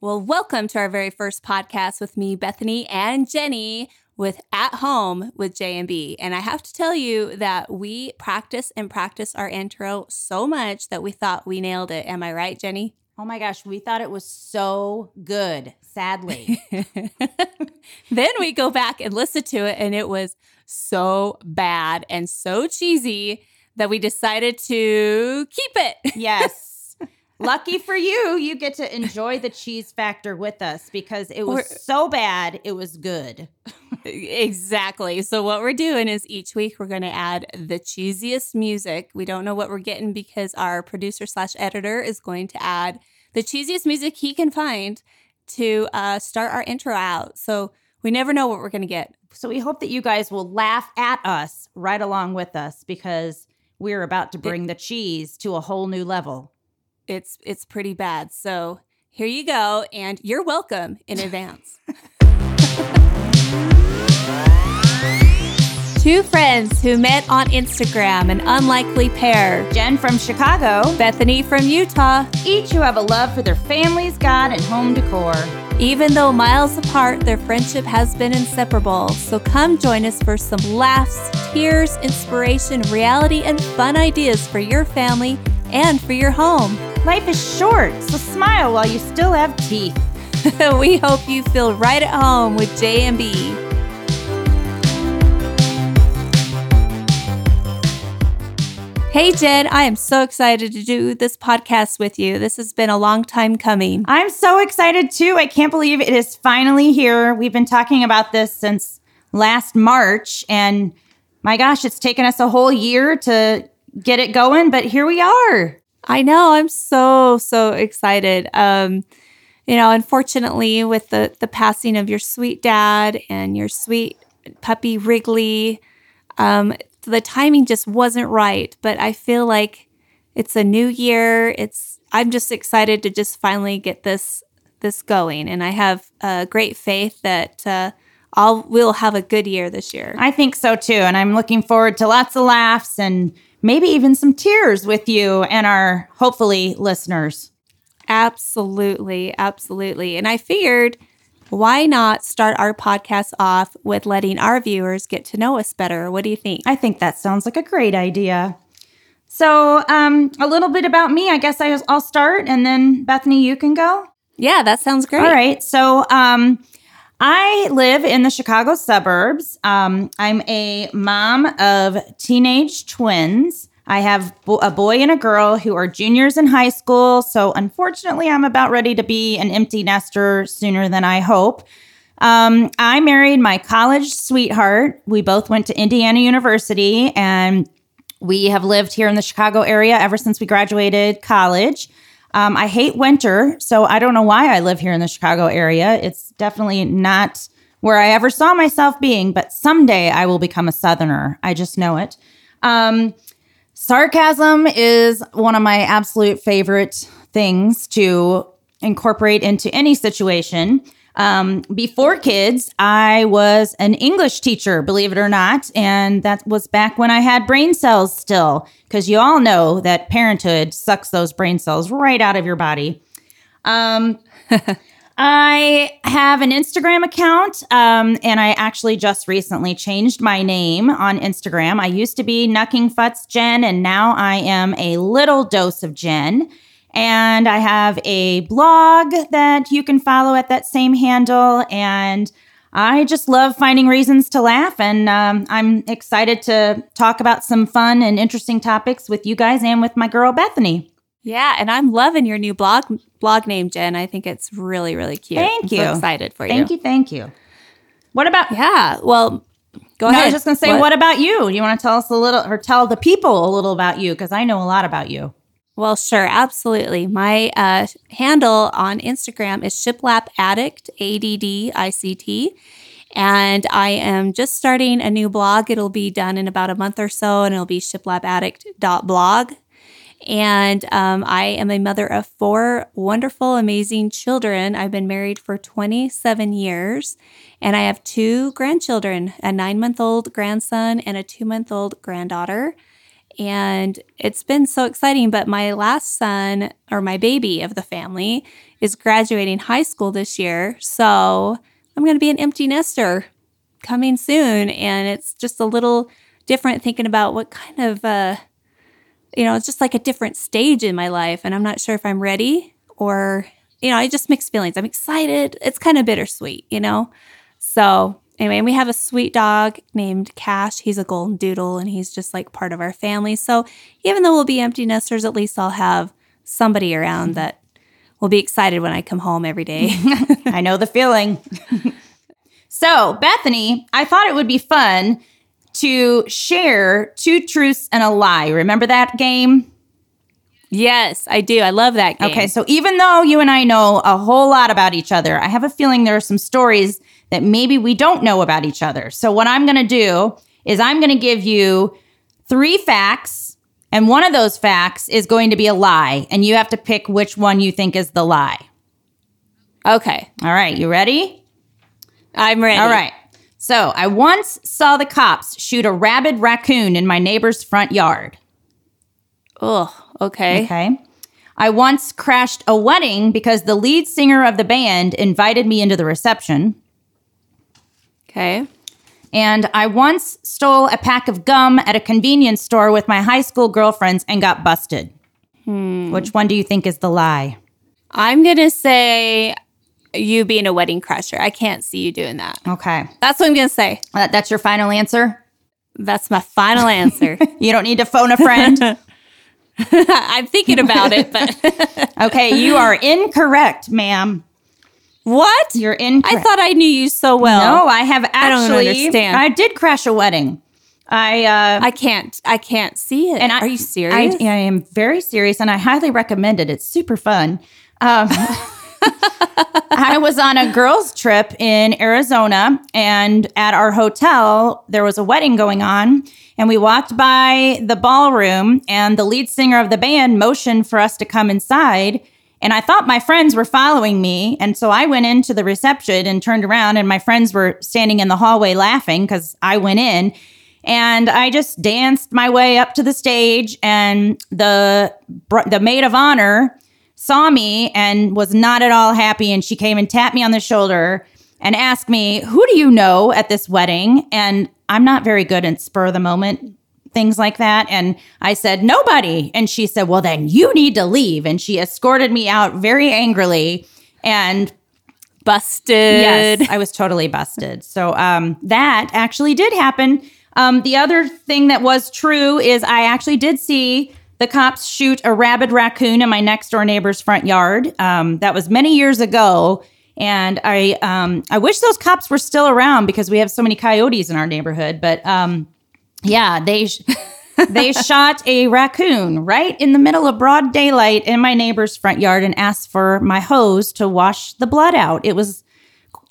Well, welcome to our very first podcast with me, Bethany and Jenny with At Home with J&B. And I have to tell you that we practice and practice our intro so much that we thought we nailed it. Am I right, Jenny? Oh my gosh, we thought it was so good, sadly. then we go back and listen to it, and it was so bad and so cheesy that we decided to keep it. yes. Lucky for you, you get to enjoy the cheese factor with us because it was We're- so bad, it was good. exactly. So, what we're doing is each week we're going to add the cheesiest music. We don't know what we're getting because our producer slash editor is going to add the cheesiest music he can find to uh, start our intro out. So, we never know what we're going to get. So we hope that you guys will laugh at us right along with us because we're about to bring the cheese to a whole new level. It's it's pretty bad. So, here you go and you're welcome in advance. Two friends who met on Instagram, an unlikely pair. Jen from Chicago, Bethany from Utah. each who have a love for their families, God, and home decor. Even though miles apart, their friendship has been inseparable. So come join us for some laughs, tears, inspiration, reality, and fun ideas for your family and for your home. Life is short, so smile while you still have teeth. we hope you feel right at home with J&B. Hey Jen, I am so excited to do this podcast with you. This has been a long time coming. I'm so excited too. I can't believe it is finally here. We've been talking about this since last March, and my gosh, it's taken us a whole year to get it going, but here we are. I know. I'm so so excited. Um, you know, unfortunately, with the the passing of your sweet dad and your sweet puppy Wrigley, um, the timing just wasn't right. But I feel like it's a new year. It's I'm just excited to just finally get this this going, and I have uh, great faith that uh, all will have a good year this year. I think so too, and I'm looking forward to lots of laughs and maybe even some tears with you and our hopefully listeners. Absolutely. Absolutely. And I figured why not start our podcast off with letting our viewers get to know us better? What do you think? I think that sounds like a great idea. So, um, a little bit about me. I guess I- I'll start, and then Bethany, you can go. Yeah, that sounds great. All right. So, um, I live in the Chicago suburbs. Um, I'm a mom of teenage twins. I have bo- a boy and a girl who are juniors in high school. So, unfortunately, I'm about ready to be an empty nester sooner than I hope. Um, I married my college sweetheart. We both went to Indiana University and we have lived here in the Chicago area ever since we graduated college. Um, I hate winter, so I don't know why I live here in the Chicago area. It's definitely not where I ever saw myself being, but someday I will become a Southerner. I just know it. Um, sarcasm is one of my absolute favorite things to incorporate into any situation. Um, before kids, I was an English teacher, believe it or not. And that was back when I had brain cells still, because you all know that parenthood sucks those brain cells right out of your body. Um, I have an Instagram account, um, and I actually just recently changed my name on Instagram. I used to be Nucking Futz Jen, and now I am a little dose of Jen. And I have a blog that you can follow at that same handle. And I just love finding reasons to laugh, and um, I'm excited to talk about some fun and interesting topics with you guys and with my girl Bethany. Yeah, and I'm loving your new blog blog name, Jen. I think it's really, really cute. Thank I'm so you. excited for Thank you, thank you. What about Yeah. Well, go No, ahead. I was just going to say, what? about you? You want to tell us a little or tell the people a little about you? Because I know a lot about you. Well, sure, absolutely. My uh, handle on Instagram is shiplap addict, A D D I C T. And I am just starting a new blog. It'll be done in about a month or so, and it'll be shiplapaddict.blog. And um, I am a mother of four wonderful, amazing children. I've been married for 27 years, and I have two grandchildren a nine month old grandson and a two month old granddaughter. And it's been so exciting. But my last son, or my baby of the family, is graduating high school this year. So I'm going to be an empty nester coming soon. And it's just a little different thinking about what kind of, uh, you know, it's just like a different stage in my life. And I'm not sure if I'm ready or, you know, I just mixed feelings. I'm excited. It's kind of bittersweet, you know? So anyway, and we have a sweet dog named Cash. He's a golden doodle and he's just like part of our family. So even though we'll be empty nesters, at least I'll have somebody Mm-hmm. around that will be excited when I come home every day. I know the feeling. so, Bethany, I thought it would be fun to share two truths and a lie. Remember that game? yes, I do. I love that game. Okay, so even though you and I know a whole lot about each other, I have a feeling there are some stories that maybe we don't know about each other. So, what I'm going to do is I'm going to give you three facts, and one of those facts is going to be a lie, and you have to pick which one you think is the lie. Okay. All right, you ready? I'm ready. All right. So, I once saw the cops shoot a rabid raccoon in my neighbor's front yard. Oh, okay. Okay. I once crashed a wedding because the lead singer of the band invited me into the reception. Okay. And I once stole a pack of gum at a convenience store with my high school girlfriends and got busted. Hmm. Which one do you think is the lie? I'm going to say you being a wedding crusher. I can't see you doing that. Okay. That's what I'm going to say. That, that's your final answer? That's my final answer. You don't need to phone a friend? I'm thinking about it, but okay, you are incorrect, ma'am. what? You're incorrect. I thought I knew you so well. no, I have don't actually. understand. I did crash a wedding. I uh, I can't. I can't see it. And I, Are you serious? I, I am very serious, and I highly recommend it. It's super fun. Um, I was on a girls' trip in Arizona, and at our hotel, there was a wedding going on. And we walked by the ballroom, and the lead singer of the band motioned for us to come inside. And I thought my friends were following me. And so I went into the reception and turned around, and my friends were standing in the hallway laughing because I went in. And I just danced my way up to the stage, and the br- the maid of honor saw me and was not at all happy. And she came and tapped me on the shoulder and asked me, Who do you know at this wedding? And I'm not very good at spur of the moment things like that. And I said, Nobody. And she said, Well, then you need to leave. And she escorted me out very angrily. And Busted. Yes, I was totally busted. So um, that actually did happen. Um, the other thing that was true is I actually did see the cops shoot a rabid raccoon in my next door neighbor's front yard. Um, that was many years ago, and I um, I wish those cops were still around because we have so many coyotes in our neighborhood. But um, yeah, they. Sh- they shot a raccoon right in the middle of broad daylight in my neighbor's front yard and asked for my hose to wash the blood out. It was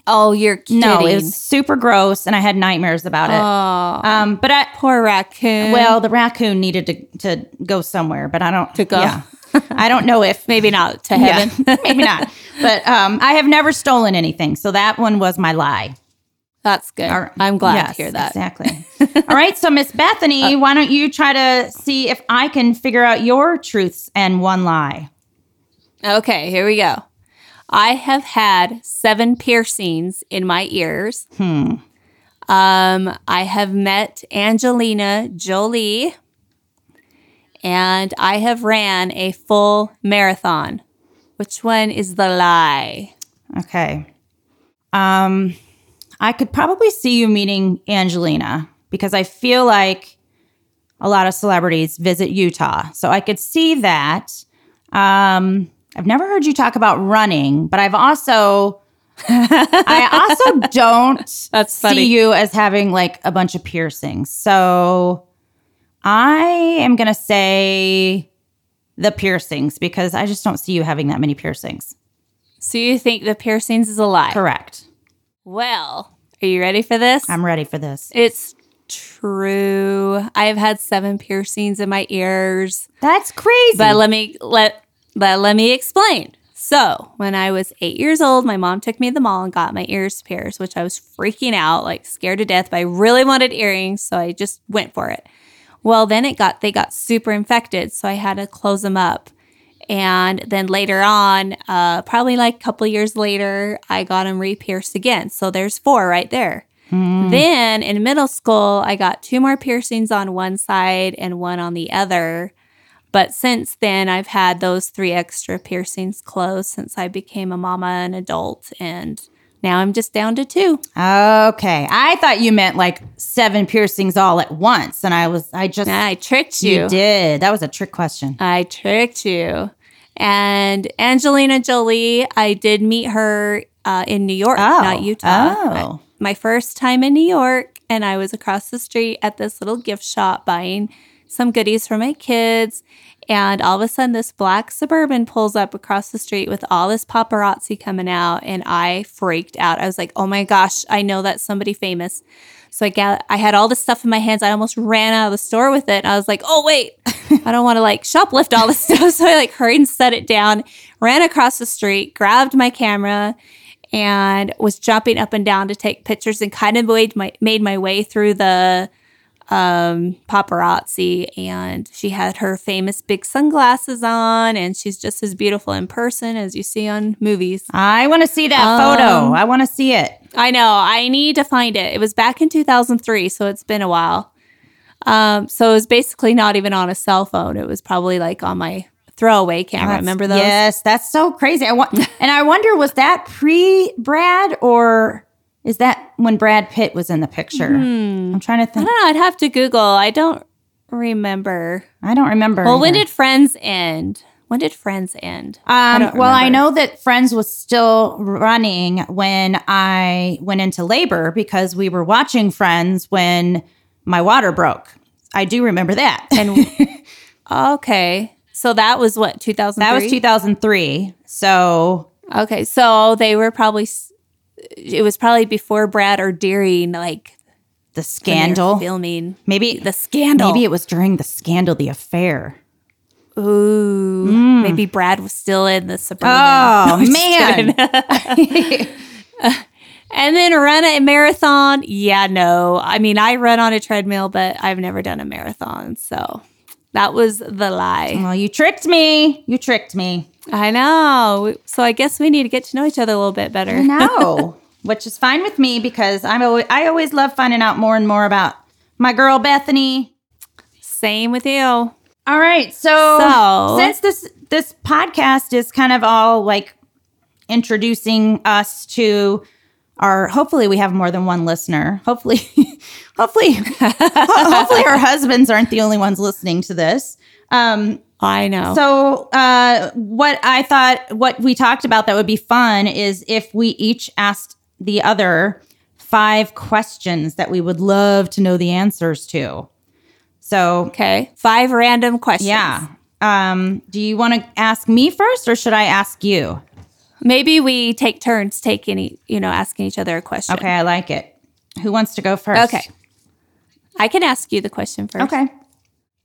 Oh, you're kidding. no, it was super gross, and I had nightmares about it. Um, but I, poor raccoon. well, the raccoon needed to to go somewhere, but I don't to go. Yeah, I don't know if maybe not to heaven. yeah, maybe not. But um, I have never stolen anything, so that one was my lie. That's good. All right. I'm glad Yes, to hear that. Uh, Exactly. All right, so Miss Bethany, why don't you try to see if I can figure out your truths and one lie? Okay, here we go. I have had seven piercings in my ears. Hmm. Um, I have met Angelina Jolie, and I have ran a full marathon. Which one is the lie? Okay. Um, I could probably see you meeting Angelina because I feel like a lot of celebrities visit Utah. So I could see that. Um, I've never heard you talk about running, but I've also I also don't That's funny. see you as having like a bunch of piercings. So I am going to say the piercings because I just don't see you having that many piercings. So you think the piercings is a lie? Correct. Well, are you ready for this? I'm ready for this. it's true. I have had seven piercings in my ears. That's crazy. But let me let but let me explain. So when I was eight years old, my mom took me to the mall and got my ears pierced, which I was freaking out, like scared to death. But I really wanted earrings, so I just went for it. Well, then it got they got super infected, so I had to close them up. And then later on, uh, probably like a couple years later, I got them re-pierced again. So there's four right there. Then in middle school, I got two more piercings on one side and one on the other. But since then, I've had those three extra piercings closed since I became a mama and adult. And now I'm just down to two. Okay. I thought you meant like seven piercings all at once. And I was, I just, I tricked you. you did. That was a trick question. I tricked you. And Angelina Jolie, I did meet her uh, in New York, Oh. not Utah. Oh. My first time in New York, and I was across the street at this little gift shop buying some goodies for my kids. And all of a sudden, this black suburban pulls up across the street with all this paparazzi coming out, and I freaked out. I was like, "Oh my gosh, I know that's somebody famous." So I got, I had all this stuff in my hands. I almost ran out of the store with it. And I was like, "Oh wait, I don't want to like shoplift all this stuff." So I like hurried and set it down, ran across the street, grabbed my camera, and was jumping up and down to take pictures and kind of made my made my way through the um paparazzi and she had her famous big sunglasses on and she's just as beautiful in person as you see on movies. I want to see that Um, photo. I want to see it. I know, I need to find it. It was back in 2003, so it's been a while. Um so it was basically not even on a cell phone. It was probably like on my throwaway camera. That's- Remember those? Yes, that's so crazy. I want, and I wonder, was that pre Brad or is that when Brad Pitt was in the picture? I'm trying to I don't think. know, I'd have to Google. I don't remember. I don't remember. Well, when either. did Friends end? When did Friends end? Um, don't well, I remember. know that Friends was still running when I went into labor because we were watching Friends when my water broke. I do remember that. And okay, so that was what 2003. That was 2003. So Okay, so they were probably. s- It was probably before Brad or during like when the they were scandal, filming maybe the scandal. Maybe it was during the scandal, the affair. Ooh, Mm. maybe Brad was still in the suburban. Oh I'm just man, kidding. and then run a marathon. Yeah, no. I mean, I run on a treadmill, but I've never done a marathon, so that was the lie. well, you tricked me. You tricked me. I know. So I guess we need to get to know each other a little bit better. No, which is fine with me because I'm always, I always love finding out more and more about my girl Bethany. Same with you. All right, so, So- since this this podcast is kind of all like introducing us to our hopefully we have more than one listener. Hopefully hopefully hopefully our husbands aren't the only ones listening to this. Um I know. So, uh, what I thought, what we talked about that would be fun is if we each asked the other five questions that we would love to know the answers to. So, okay. Five random questions. yeah. Um, do you want to ask me first or should I ask you? Maybe we take turns taking, e- you know, asking each other a question. Okay, I like it. Who wants to go first? Okay. I can ask you the question first. Okay.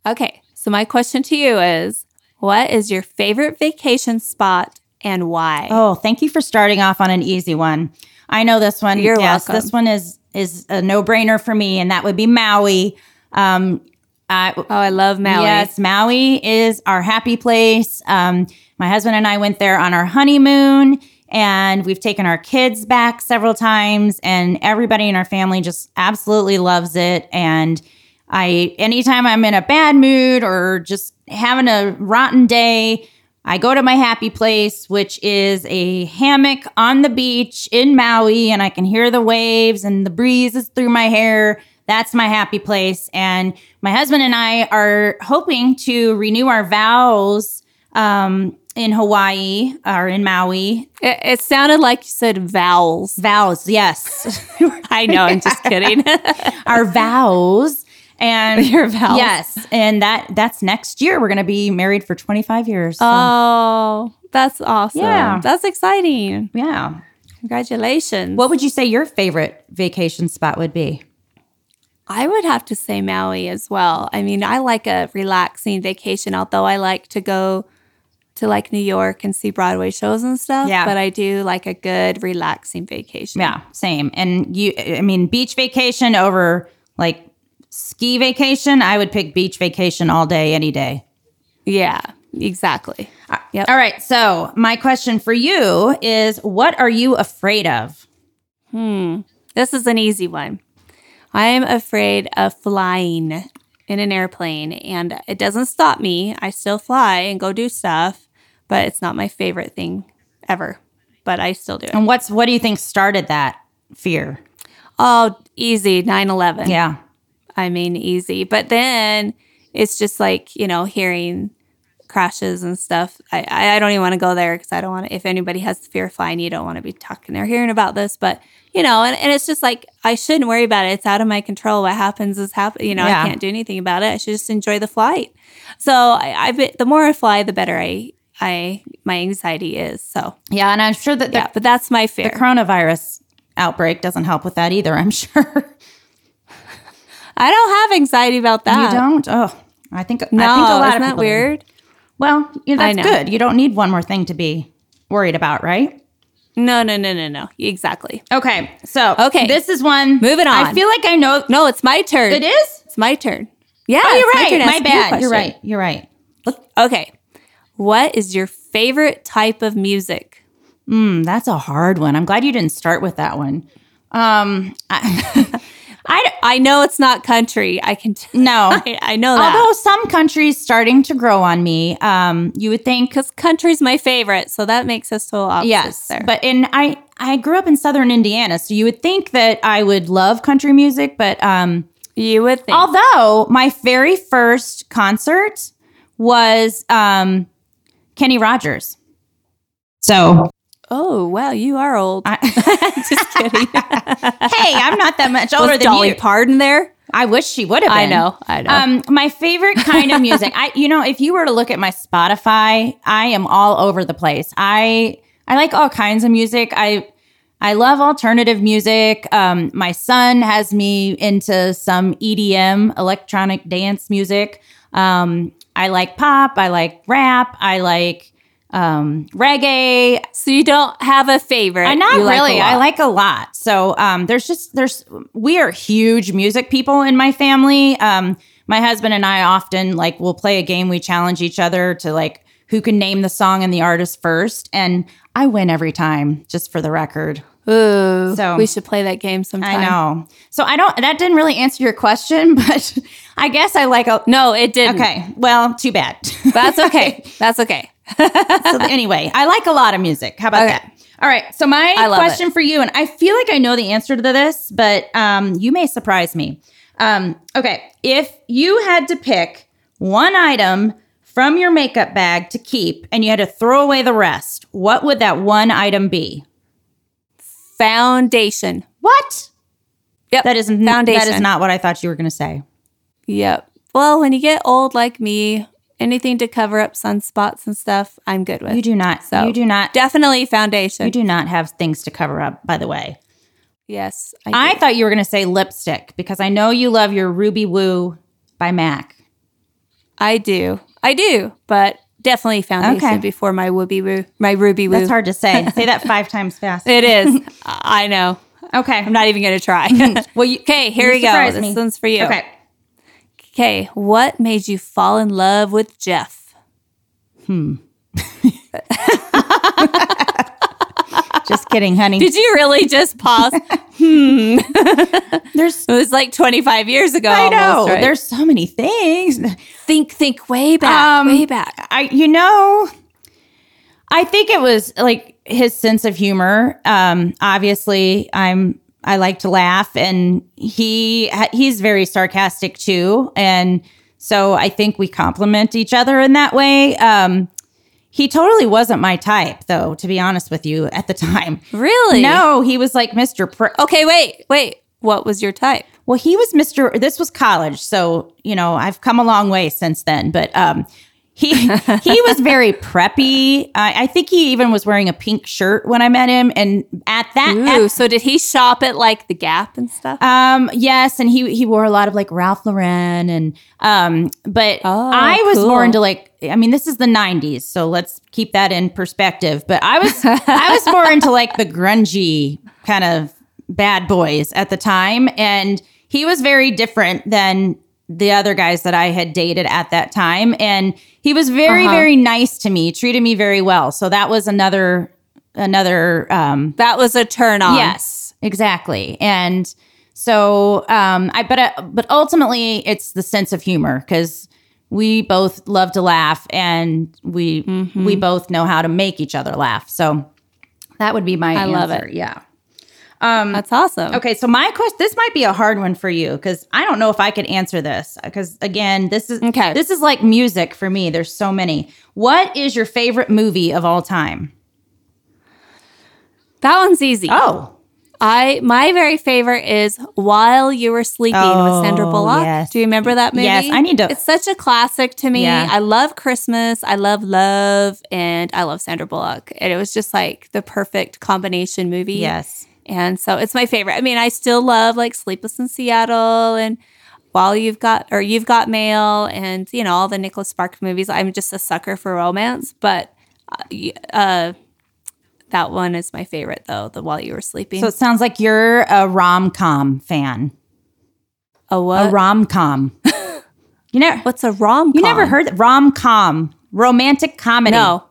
Okay. So my question to you is what is your favorite vacation spot and why? Oh, thank you for starting off on an easy one. I know this one. You're yes, welcome. this one is is a no brainer for me, and that would be Maui. Um, I, Oh, I love Maui. Yes, Maui is our happy place. Um, my husband and I went there on our honeymoon, and we've taken our kids back several times, and everybody in our family just absolutely loves it. And I, anytime I'm in a bad mood or just having a rotten day, I go to my happy place, which is a hammock on the beach in Maui, and I can hear the waves and the breezes through my hair. That's my happy place. And my husband and I are hoping to renew our vows um, in Hawaii or in Maui. It, it sounded like you said vowels. Vows, yes. I know. I'm just kidding. our vows. And Your vows. Yes. And that that's next year. We're gonna be married for 25 years. So, oh, that's awesome. Yeah. That's exciting. yeah. Congratulations. What Well, would you say your favorite vacation spot would be? I would have to say Maui as well. I mean, I like a relaxing vacation, although I like to go to like New York and see Broadway shows and stuff. Yeah. But I do like a good, relaxing vacation. Yeah, same. And you, I mean, beach vacation over like ski vacation, I would pick beach vacation all day, any day. Yeah, exactly. Yep. All right. So, my question for you is what are you afraid of? This is an easy one. I am afraid of flying in an airplane, and it doesn't stop me. I still fly and go do stuff, but it's not my favorite thing ever. But I still do it. And what's what do you think started that fear? Oh, easy 9 11. Yeah. I mean, easy. But then it's just like, you know, hearing crashes and stuff. I, I, I don't even want to go there because I don't want to, if anybody has the fear of flying, you don't want to be talking or hearing about this. But, you know, and, and it's just like, I shouldn't worry about it. It's out of my control. What happens is happen. You know, Yeah. I can't do anything about it. I should just enjoy the flight. So I, I be- the more I fly, the better I, I, my anxiety is. So Yeah, and I'm sure that the yeah, but that's my fear. coronavirus outbreak doesn't help with that either, I'm sure. I don't have anxiety about that. you don't? Oh, I think No, I think a lot isn't of that people do. weird? Well, yeah, I that's know. good. You don't need one more thing to be worried about, right? No, no, no, no, no. Exactly. Okay. So, Okay. This is one. Moving I on. feel like I know No, it's my turn. it is. It's my turn. Yeah, Oh, it's you're turn right. to My ask you a bad. question. You're right. You're right. Okay. What is your favorite type of music? Mm, that's a hard one. I'm glad you didn't start with that one. Um, I, I I know it's not country. I can. T- no. I, I know Although that some countries starting to grow on me, um, you would think because country's my favorite, so that makes us total opposites yes, there. but in I I grew up in Southern Indiana, so you would think that I would love country music, but um, you would think. although my very first concert was um, Kenny Rogers, so oh wow, you are old. I, Just kidding. hey, I'm not that much older Was than Dolly you. Parton there? I wish she would have. Been. I know. I know. Um, my favorite kind of music. I, you know, if you were to look at my Spotify, I am all over the place. I, I like all kinds of music. I, I love alternative music. Um, my son has me into some EDM, electronic dance music. Um, I like pop. I like rap. I like um, reggae. so you don't have a favorite? I not You like a really. I lot. like a lot. So um, there's just there's we are huge music people in my family. Um, my husband and I often like we'll play a game. We challenge each other to like who can name the song and the artist first, and I win every time. Just for the record, Ooh, So- we should play that game sometime. I know. So I don't. That didn't really answer your question, but I guess I like a. No, it didn't. Okay. Well, too bad. That's okay. That's okay. so anyway, I like a lot of music. How about Okay. that? All right. So my I love question for you, and I feel like I know the answer to this, but um, you may surprise me. Um, okay, if you had to pick one item from your makeup bag to keep, and you had to throw away the rest, what would that one item be? Foundation. What? Yep. That is n- That is Foundation. not what I thought you were going to say. Yep. Well, when you get old like me, anything to cover up sunspots and stuff, I'm good with. You do not. So- you do not. Definitely foundation. You do not have things to cover up. By the way, Yes. I do. thought you were going to say lipstick because I know you love your Ruby Woo by MAC. I do. I do. But definitely foundation Okay. before my wooby woo, my ruby woo. That's hard to say. say that five times fast. It is. I know. Okay. I'm not even going to try. well, you, okay. Here You we go. surprised This me. one's for you. Okay. Okay. What made you fall in love with Jeff? Just kidding, honey. Did you really just pause? it There's was like 25 years ago. I know. almost, right? There's so many things. think, think way back, Um, way back. I you know, I think it was like his sense of humor. Um obviously I'm I like to laugh and he he's very sarcastic too and so I think we complement each other in that way. Um he totally wasn't my type though, to be honest with you at the time. Really? No, he was like Mr. Pr- Okay, wait, wait. What was your type? Well, he was Mr. This was college, so you know I've come a long way since then. But um, he he was very preppy. I, I think he even was wearing a pink shirt when I met him, and at that, at- Ooh, so did he shop at like the Gap and stuff? um, yes, and he he wore a lot of like Ralph Lauren, and um, but Oh, I was cool. more into like I mean this is the '90s, so let's keep that in perspective. But I was I was more into like the grungy kind of bad boys at the time, and he was very different than the other guys that I had dated at that time. And he was very, Uh-huh. very nice to me, treated me very well. So that was another, another, um, That was a turn on. Yes, exactly. And so, um, I but uh, but ultimately, it's the sense of humor because we both love to laugh, and we we both know how to make each other laugh. So that would be my. I love answer. Yeah. Um, That's awesome. Okay, so my question this might be a hard one for you cuz I don't know if I could answer this cuz again, this is Okay. this is like music for me. There's so many. What is your favorite movie of all time? That one's easy. Oh, I my very favorite is While You Were Sleeping Oh, with Sandra Bullock. yes. Do you remember that movie? Yes, I need to- It's such a classic to me. Yeah. I love Christmas. I love love, and I love Sandra Bullock. And it was just like the perfect combination movie. yes. And so it's my favorite. I mean, I still love like Sleepless in Seattle and While You've Got or You've Got Mail and you know all the Nicholas Sparks movies. I'm just a sucker for romance, but uh, y- uh, that one is my favorite though. The While You Were Sleeping. So it sounds like you're a rom-com fan. a A what? rom-com. you never What's a rom? You never heard that rom-com, romantic comedy. No.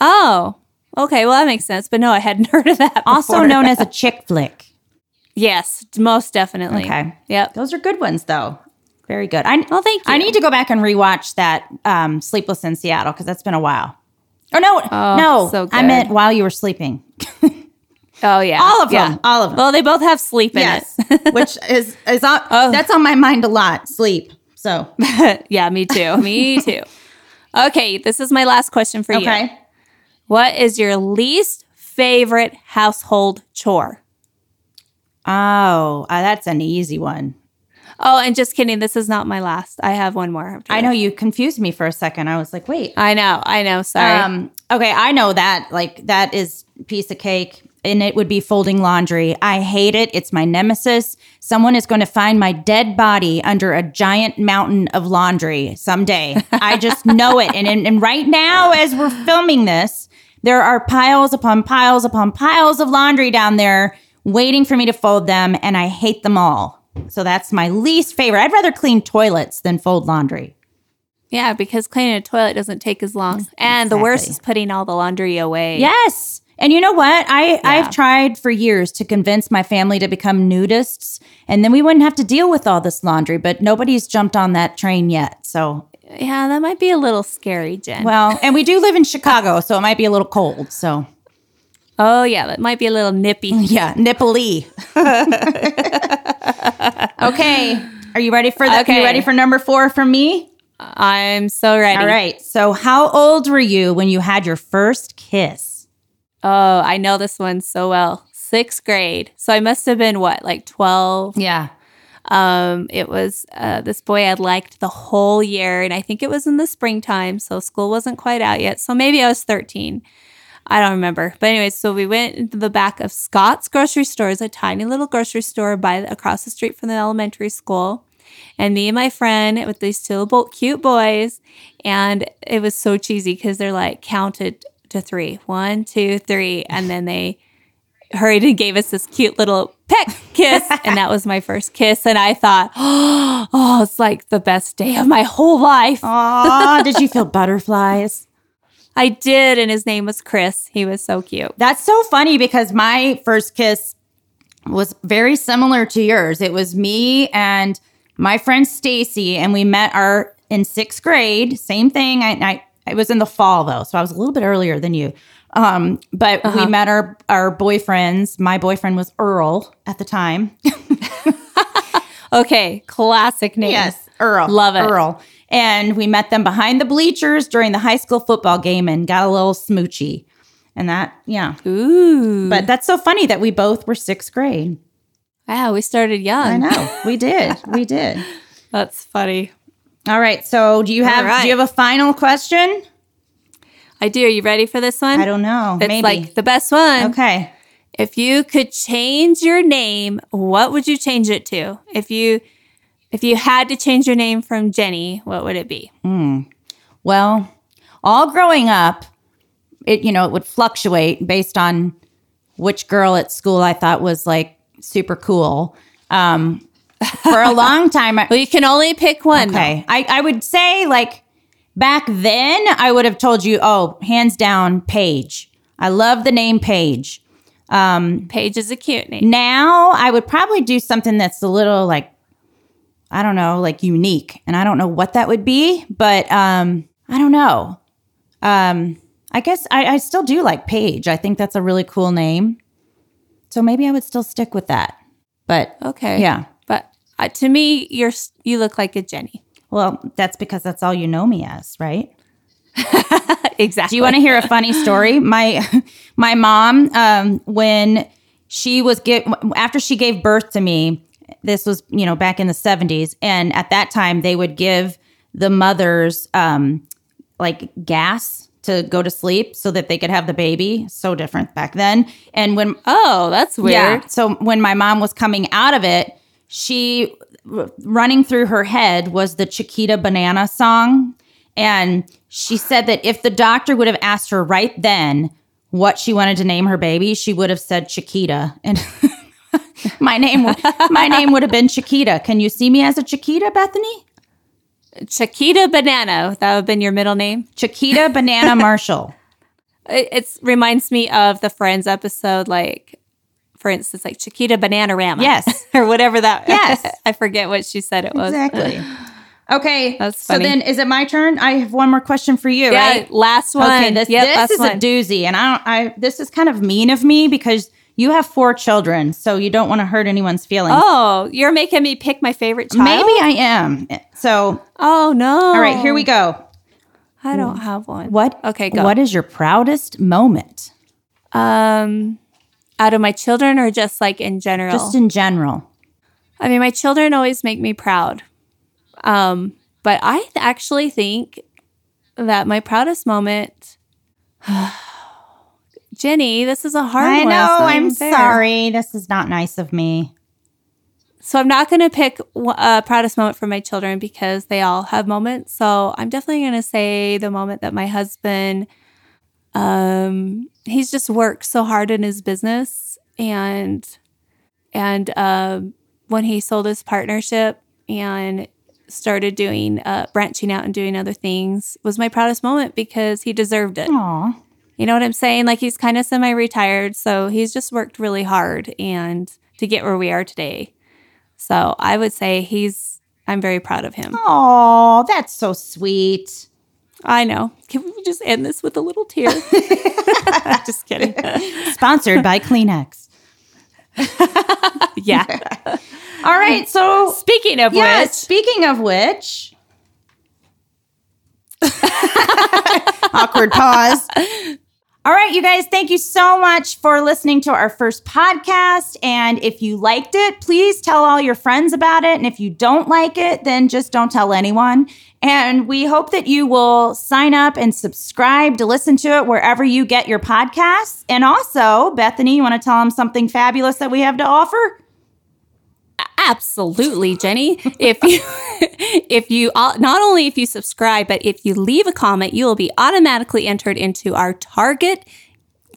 Oh, okay. Well, that makes sense. But no, I hadn't heard of that. Also before. known as a chick flick. yes, most definitely. Okay. Yep. Those are good ones, though. Very good. I, Well, thank I you. need to go back and rewatch that um, Sleepless in Seattle because that's been a while. Oh no, Oh, no! so I good. meant while you were sleeping. Oh yeah. All of Yeah. them. All of them. Well, they both have sleep in which is is on, that's on my mind a lot. Sleep. So it. Oh. yeah. Me too. Me too. Okay. This is my last question for you. okay. What is your least favorite household chore? Oh, uh, that's an easy one. Oh, and just kidding. This is not my last. I have one more. after I this. know you confused me for a second. I was like, wait, I know. I know. Sorry. Um, okay, I know that. Like that is piece of cake, and it would be folding laundry. I hate it. It's my nemesis. Someone is going to find my dead body under a giant mountain of laundry someday. I just know it. And, and and right now, as we're filming this, there are piles upon piles upon piles of laundry down there waiting for me to fold them, and I hate them all. So that's my least favorite. I'd rather clean toilets than fold laundry. yeah, because cleaning a toilet doesn't take as long. And the worst Mm, Exactly. is putting all the laundry away. Yes. And you know what? I, I've tried for years to convince my family to become nudists, and then we wouldn't have to deal with all this laundry, but nobody's jumped on that train yet. So, Yeah, that might be a little scary, Jen. well, and we do live in Chicago, so it might be a little cold. So, oh yeah, that might be a little nippy. yeah, nipply. okay. Are you ready for that? Are Okay. you ready for number four from me? I'm so ready. All right. So, how old were you when you had your first kiss? Oh, I know this one so well. Sixth grade. So I must have been what, like twelve? Yeah. Um, it was uh, this boy I'd liked the whole year, and I think it was in the springtime, so school wasn't quite out yet. So maybe I was thirteen. I don't remember. But anyway, so we went into the back of Scott's grocery store, it's a tiny little grocery store by across the street from the elementary school. And me and my friend with these two little cute boys, and it was so cheesy because they're like counted to three, one, two, three, and then they hurried and gave us this cute little peck kiss, and that was my first kiss. And I thought, oh, it's like the best day of my whole life. Aw, did you feel butterflies? I did, and his name was Chris. He was so cute. That's so funny because my first kiss was very similar to yours. It was me and my friend Stacy, and we met our in sixth grade. Same thing. I, I it was in the fall though, so I was a little bit earlier than you. Um, but we met our our boyfriends. My boyfriend was Earl at the time. Okay, classic name. Yes, Earl. Love it. Earl. And we met them behind the bleachers during the high school football game and got a little smoochy. And that, yeah. Ooh. But that's so funny that we both were sixth grade. Wow, we started young. I know. We did. We did. That's funny. All right. So do you have All right. do you have a final question? I do. Are you ready for this one? I don't know. It's Maybe. like the best one. okay. If you could change your name, what would you change it to? If you if you had to change your name from Jenny, what would it be? Well, all growing up, it you know, it would fluctuate based on which girl at school I thought was like super cool. Um, for a long time. I- Well, you can only pick one. Okay. I, I would say like back then I would have told you, oh, hands down, Paige. I love the name Paige. Um, Paige is a cute name. now I would probably do something that's a little like I don't know, like unique. And I don't know what that would be, but um, I don't know. Um, I guess I, I still do like Paige. I think that's a really cool name. So maybe I would still stick with that. But Okay. yeah. But uh, to me, you're s- you look like a Jenny. Well, that's because that's all you know me as, right? exactly. Do you want to hear a funny story? My my mom, um, when she was get after she gave birth to me, this was you know back in the seventies, and at that time they would give the mothers um, like gas to go to sleep so that they could have the baby. So different back then, and when Oh, that's weird. yeah. So when my mom was coming out of it, she r- running through her head was the Chiquita Banana song. And she said that if the doctor would have asked her right then what she wanted to name her baby, she would have said Chiquita. And my name my name would have been Chiquita. Can you see me as a Chiquita, Bethany? Chiquita Banana. That would have been your middle name. Chiquita Banana Marshall. It it's, reminds me of the Friends episode, like, for instance, like Chiquita Bananarama. Yes. or whatever that. Yes. I forget what she said it was. Exactly. Okay. uh, That's so funny. then is it my turn? I have one more question for you, Yeah. right? Last one. Okay, this, Yep, last this is one. a doozy, and I don't. I this is kind of mean of me because you have four children, so you don't want to hurt anyone's feelings. Oh, you're making me pick my favorite child. Maybe I am. So, Oh no. all right, here we go. I don't have one. What? Okay, go. What is your proudest moment, Um, out of my children, or just like in general? just in general? I mean, my children always make me proud. Um, but I th- actually think that my proudest moment, Jenny, this is a hard I one. It's know. Oh, not I'm even fair. sorry. This is not nice of me. So I'm not going to pick w- a proudest moment for my children because they all have moments. So I'm definitely going to say the moment that my husband, um, he's just worked so hard in his business and, and, um, when he sold his partnership and started doing, uh, branching out and doing other things was my proudest moment because he deserved it. Aw. You know what I'm saying? Like he's kind of semi retired. So he's just worked really hard and to get where we are today. So I would say he's, I'm very proud of him. Aw, that's so sweet. I know. Can we just end this with a little tear? just kidding. Sponsored by Kleenex. yeah. All right, so Speaking of Yeah, which, speaking of which. Awkward pause. All right, you guys, thank you so much for listening to our first podcast. And if you liked it, please tell all your friends about it. And if you don't like it, then just don't tell anyone. And we hope that you will sign up and subscribe to listen to it wherever you get your podcasts. And also, Bethany, you want to tell them something fabulous that we have to offer? absolutely jenny if you if you all- not only if you subscribe but if you leave a comment you will be automatically entered into our target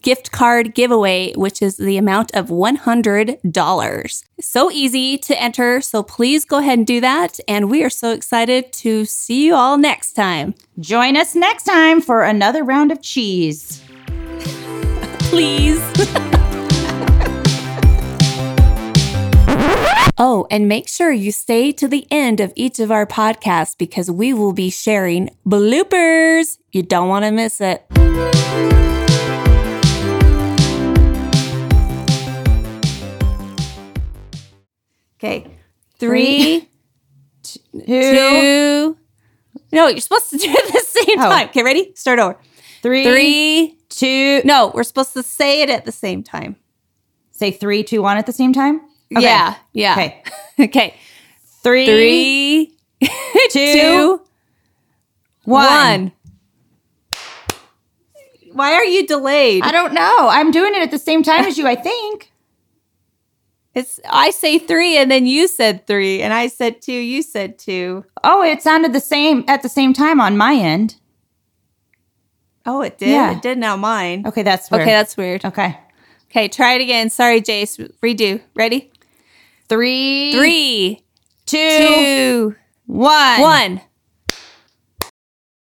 gift card giveaway which is the amount of $100 so easy to enter so please go ahead and do that and we are so excited to see you all next time Join us next time for another round of cheese. please Oh, and make sure you stay to the end of each of our podcasts because we will be sharing bloopers. You don't want to miss it. Okay. Three, Two, two. No, you're supposed to do it at the same Oh. time. Okay, ready? Start over. three, Three. two- No, we're supposed to say it at the same time. Say three, two, one at the same time. Okay. Yeah. Yeah. Okay. Okay. Three, Three, two, two, one. one. Why are you delayed? I don't know. I'm doing it at the same time as you, I think. It's I say three and then you said three and I said two, you said two. Oh, it sounded the same at the same time on my end. Oh, it did. Yeah. It did now mine. Okay, that's weird. Okay, that's weird. okay. Okay, try it again. Sorry, Jace. Redo. Ready? Three, Three, two, two, one. one.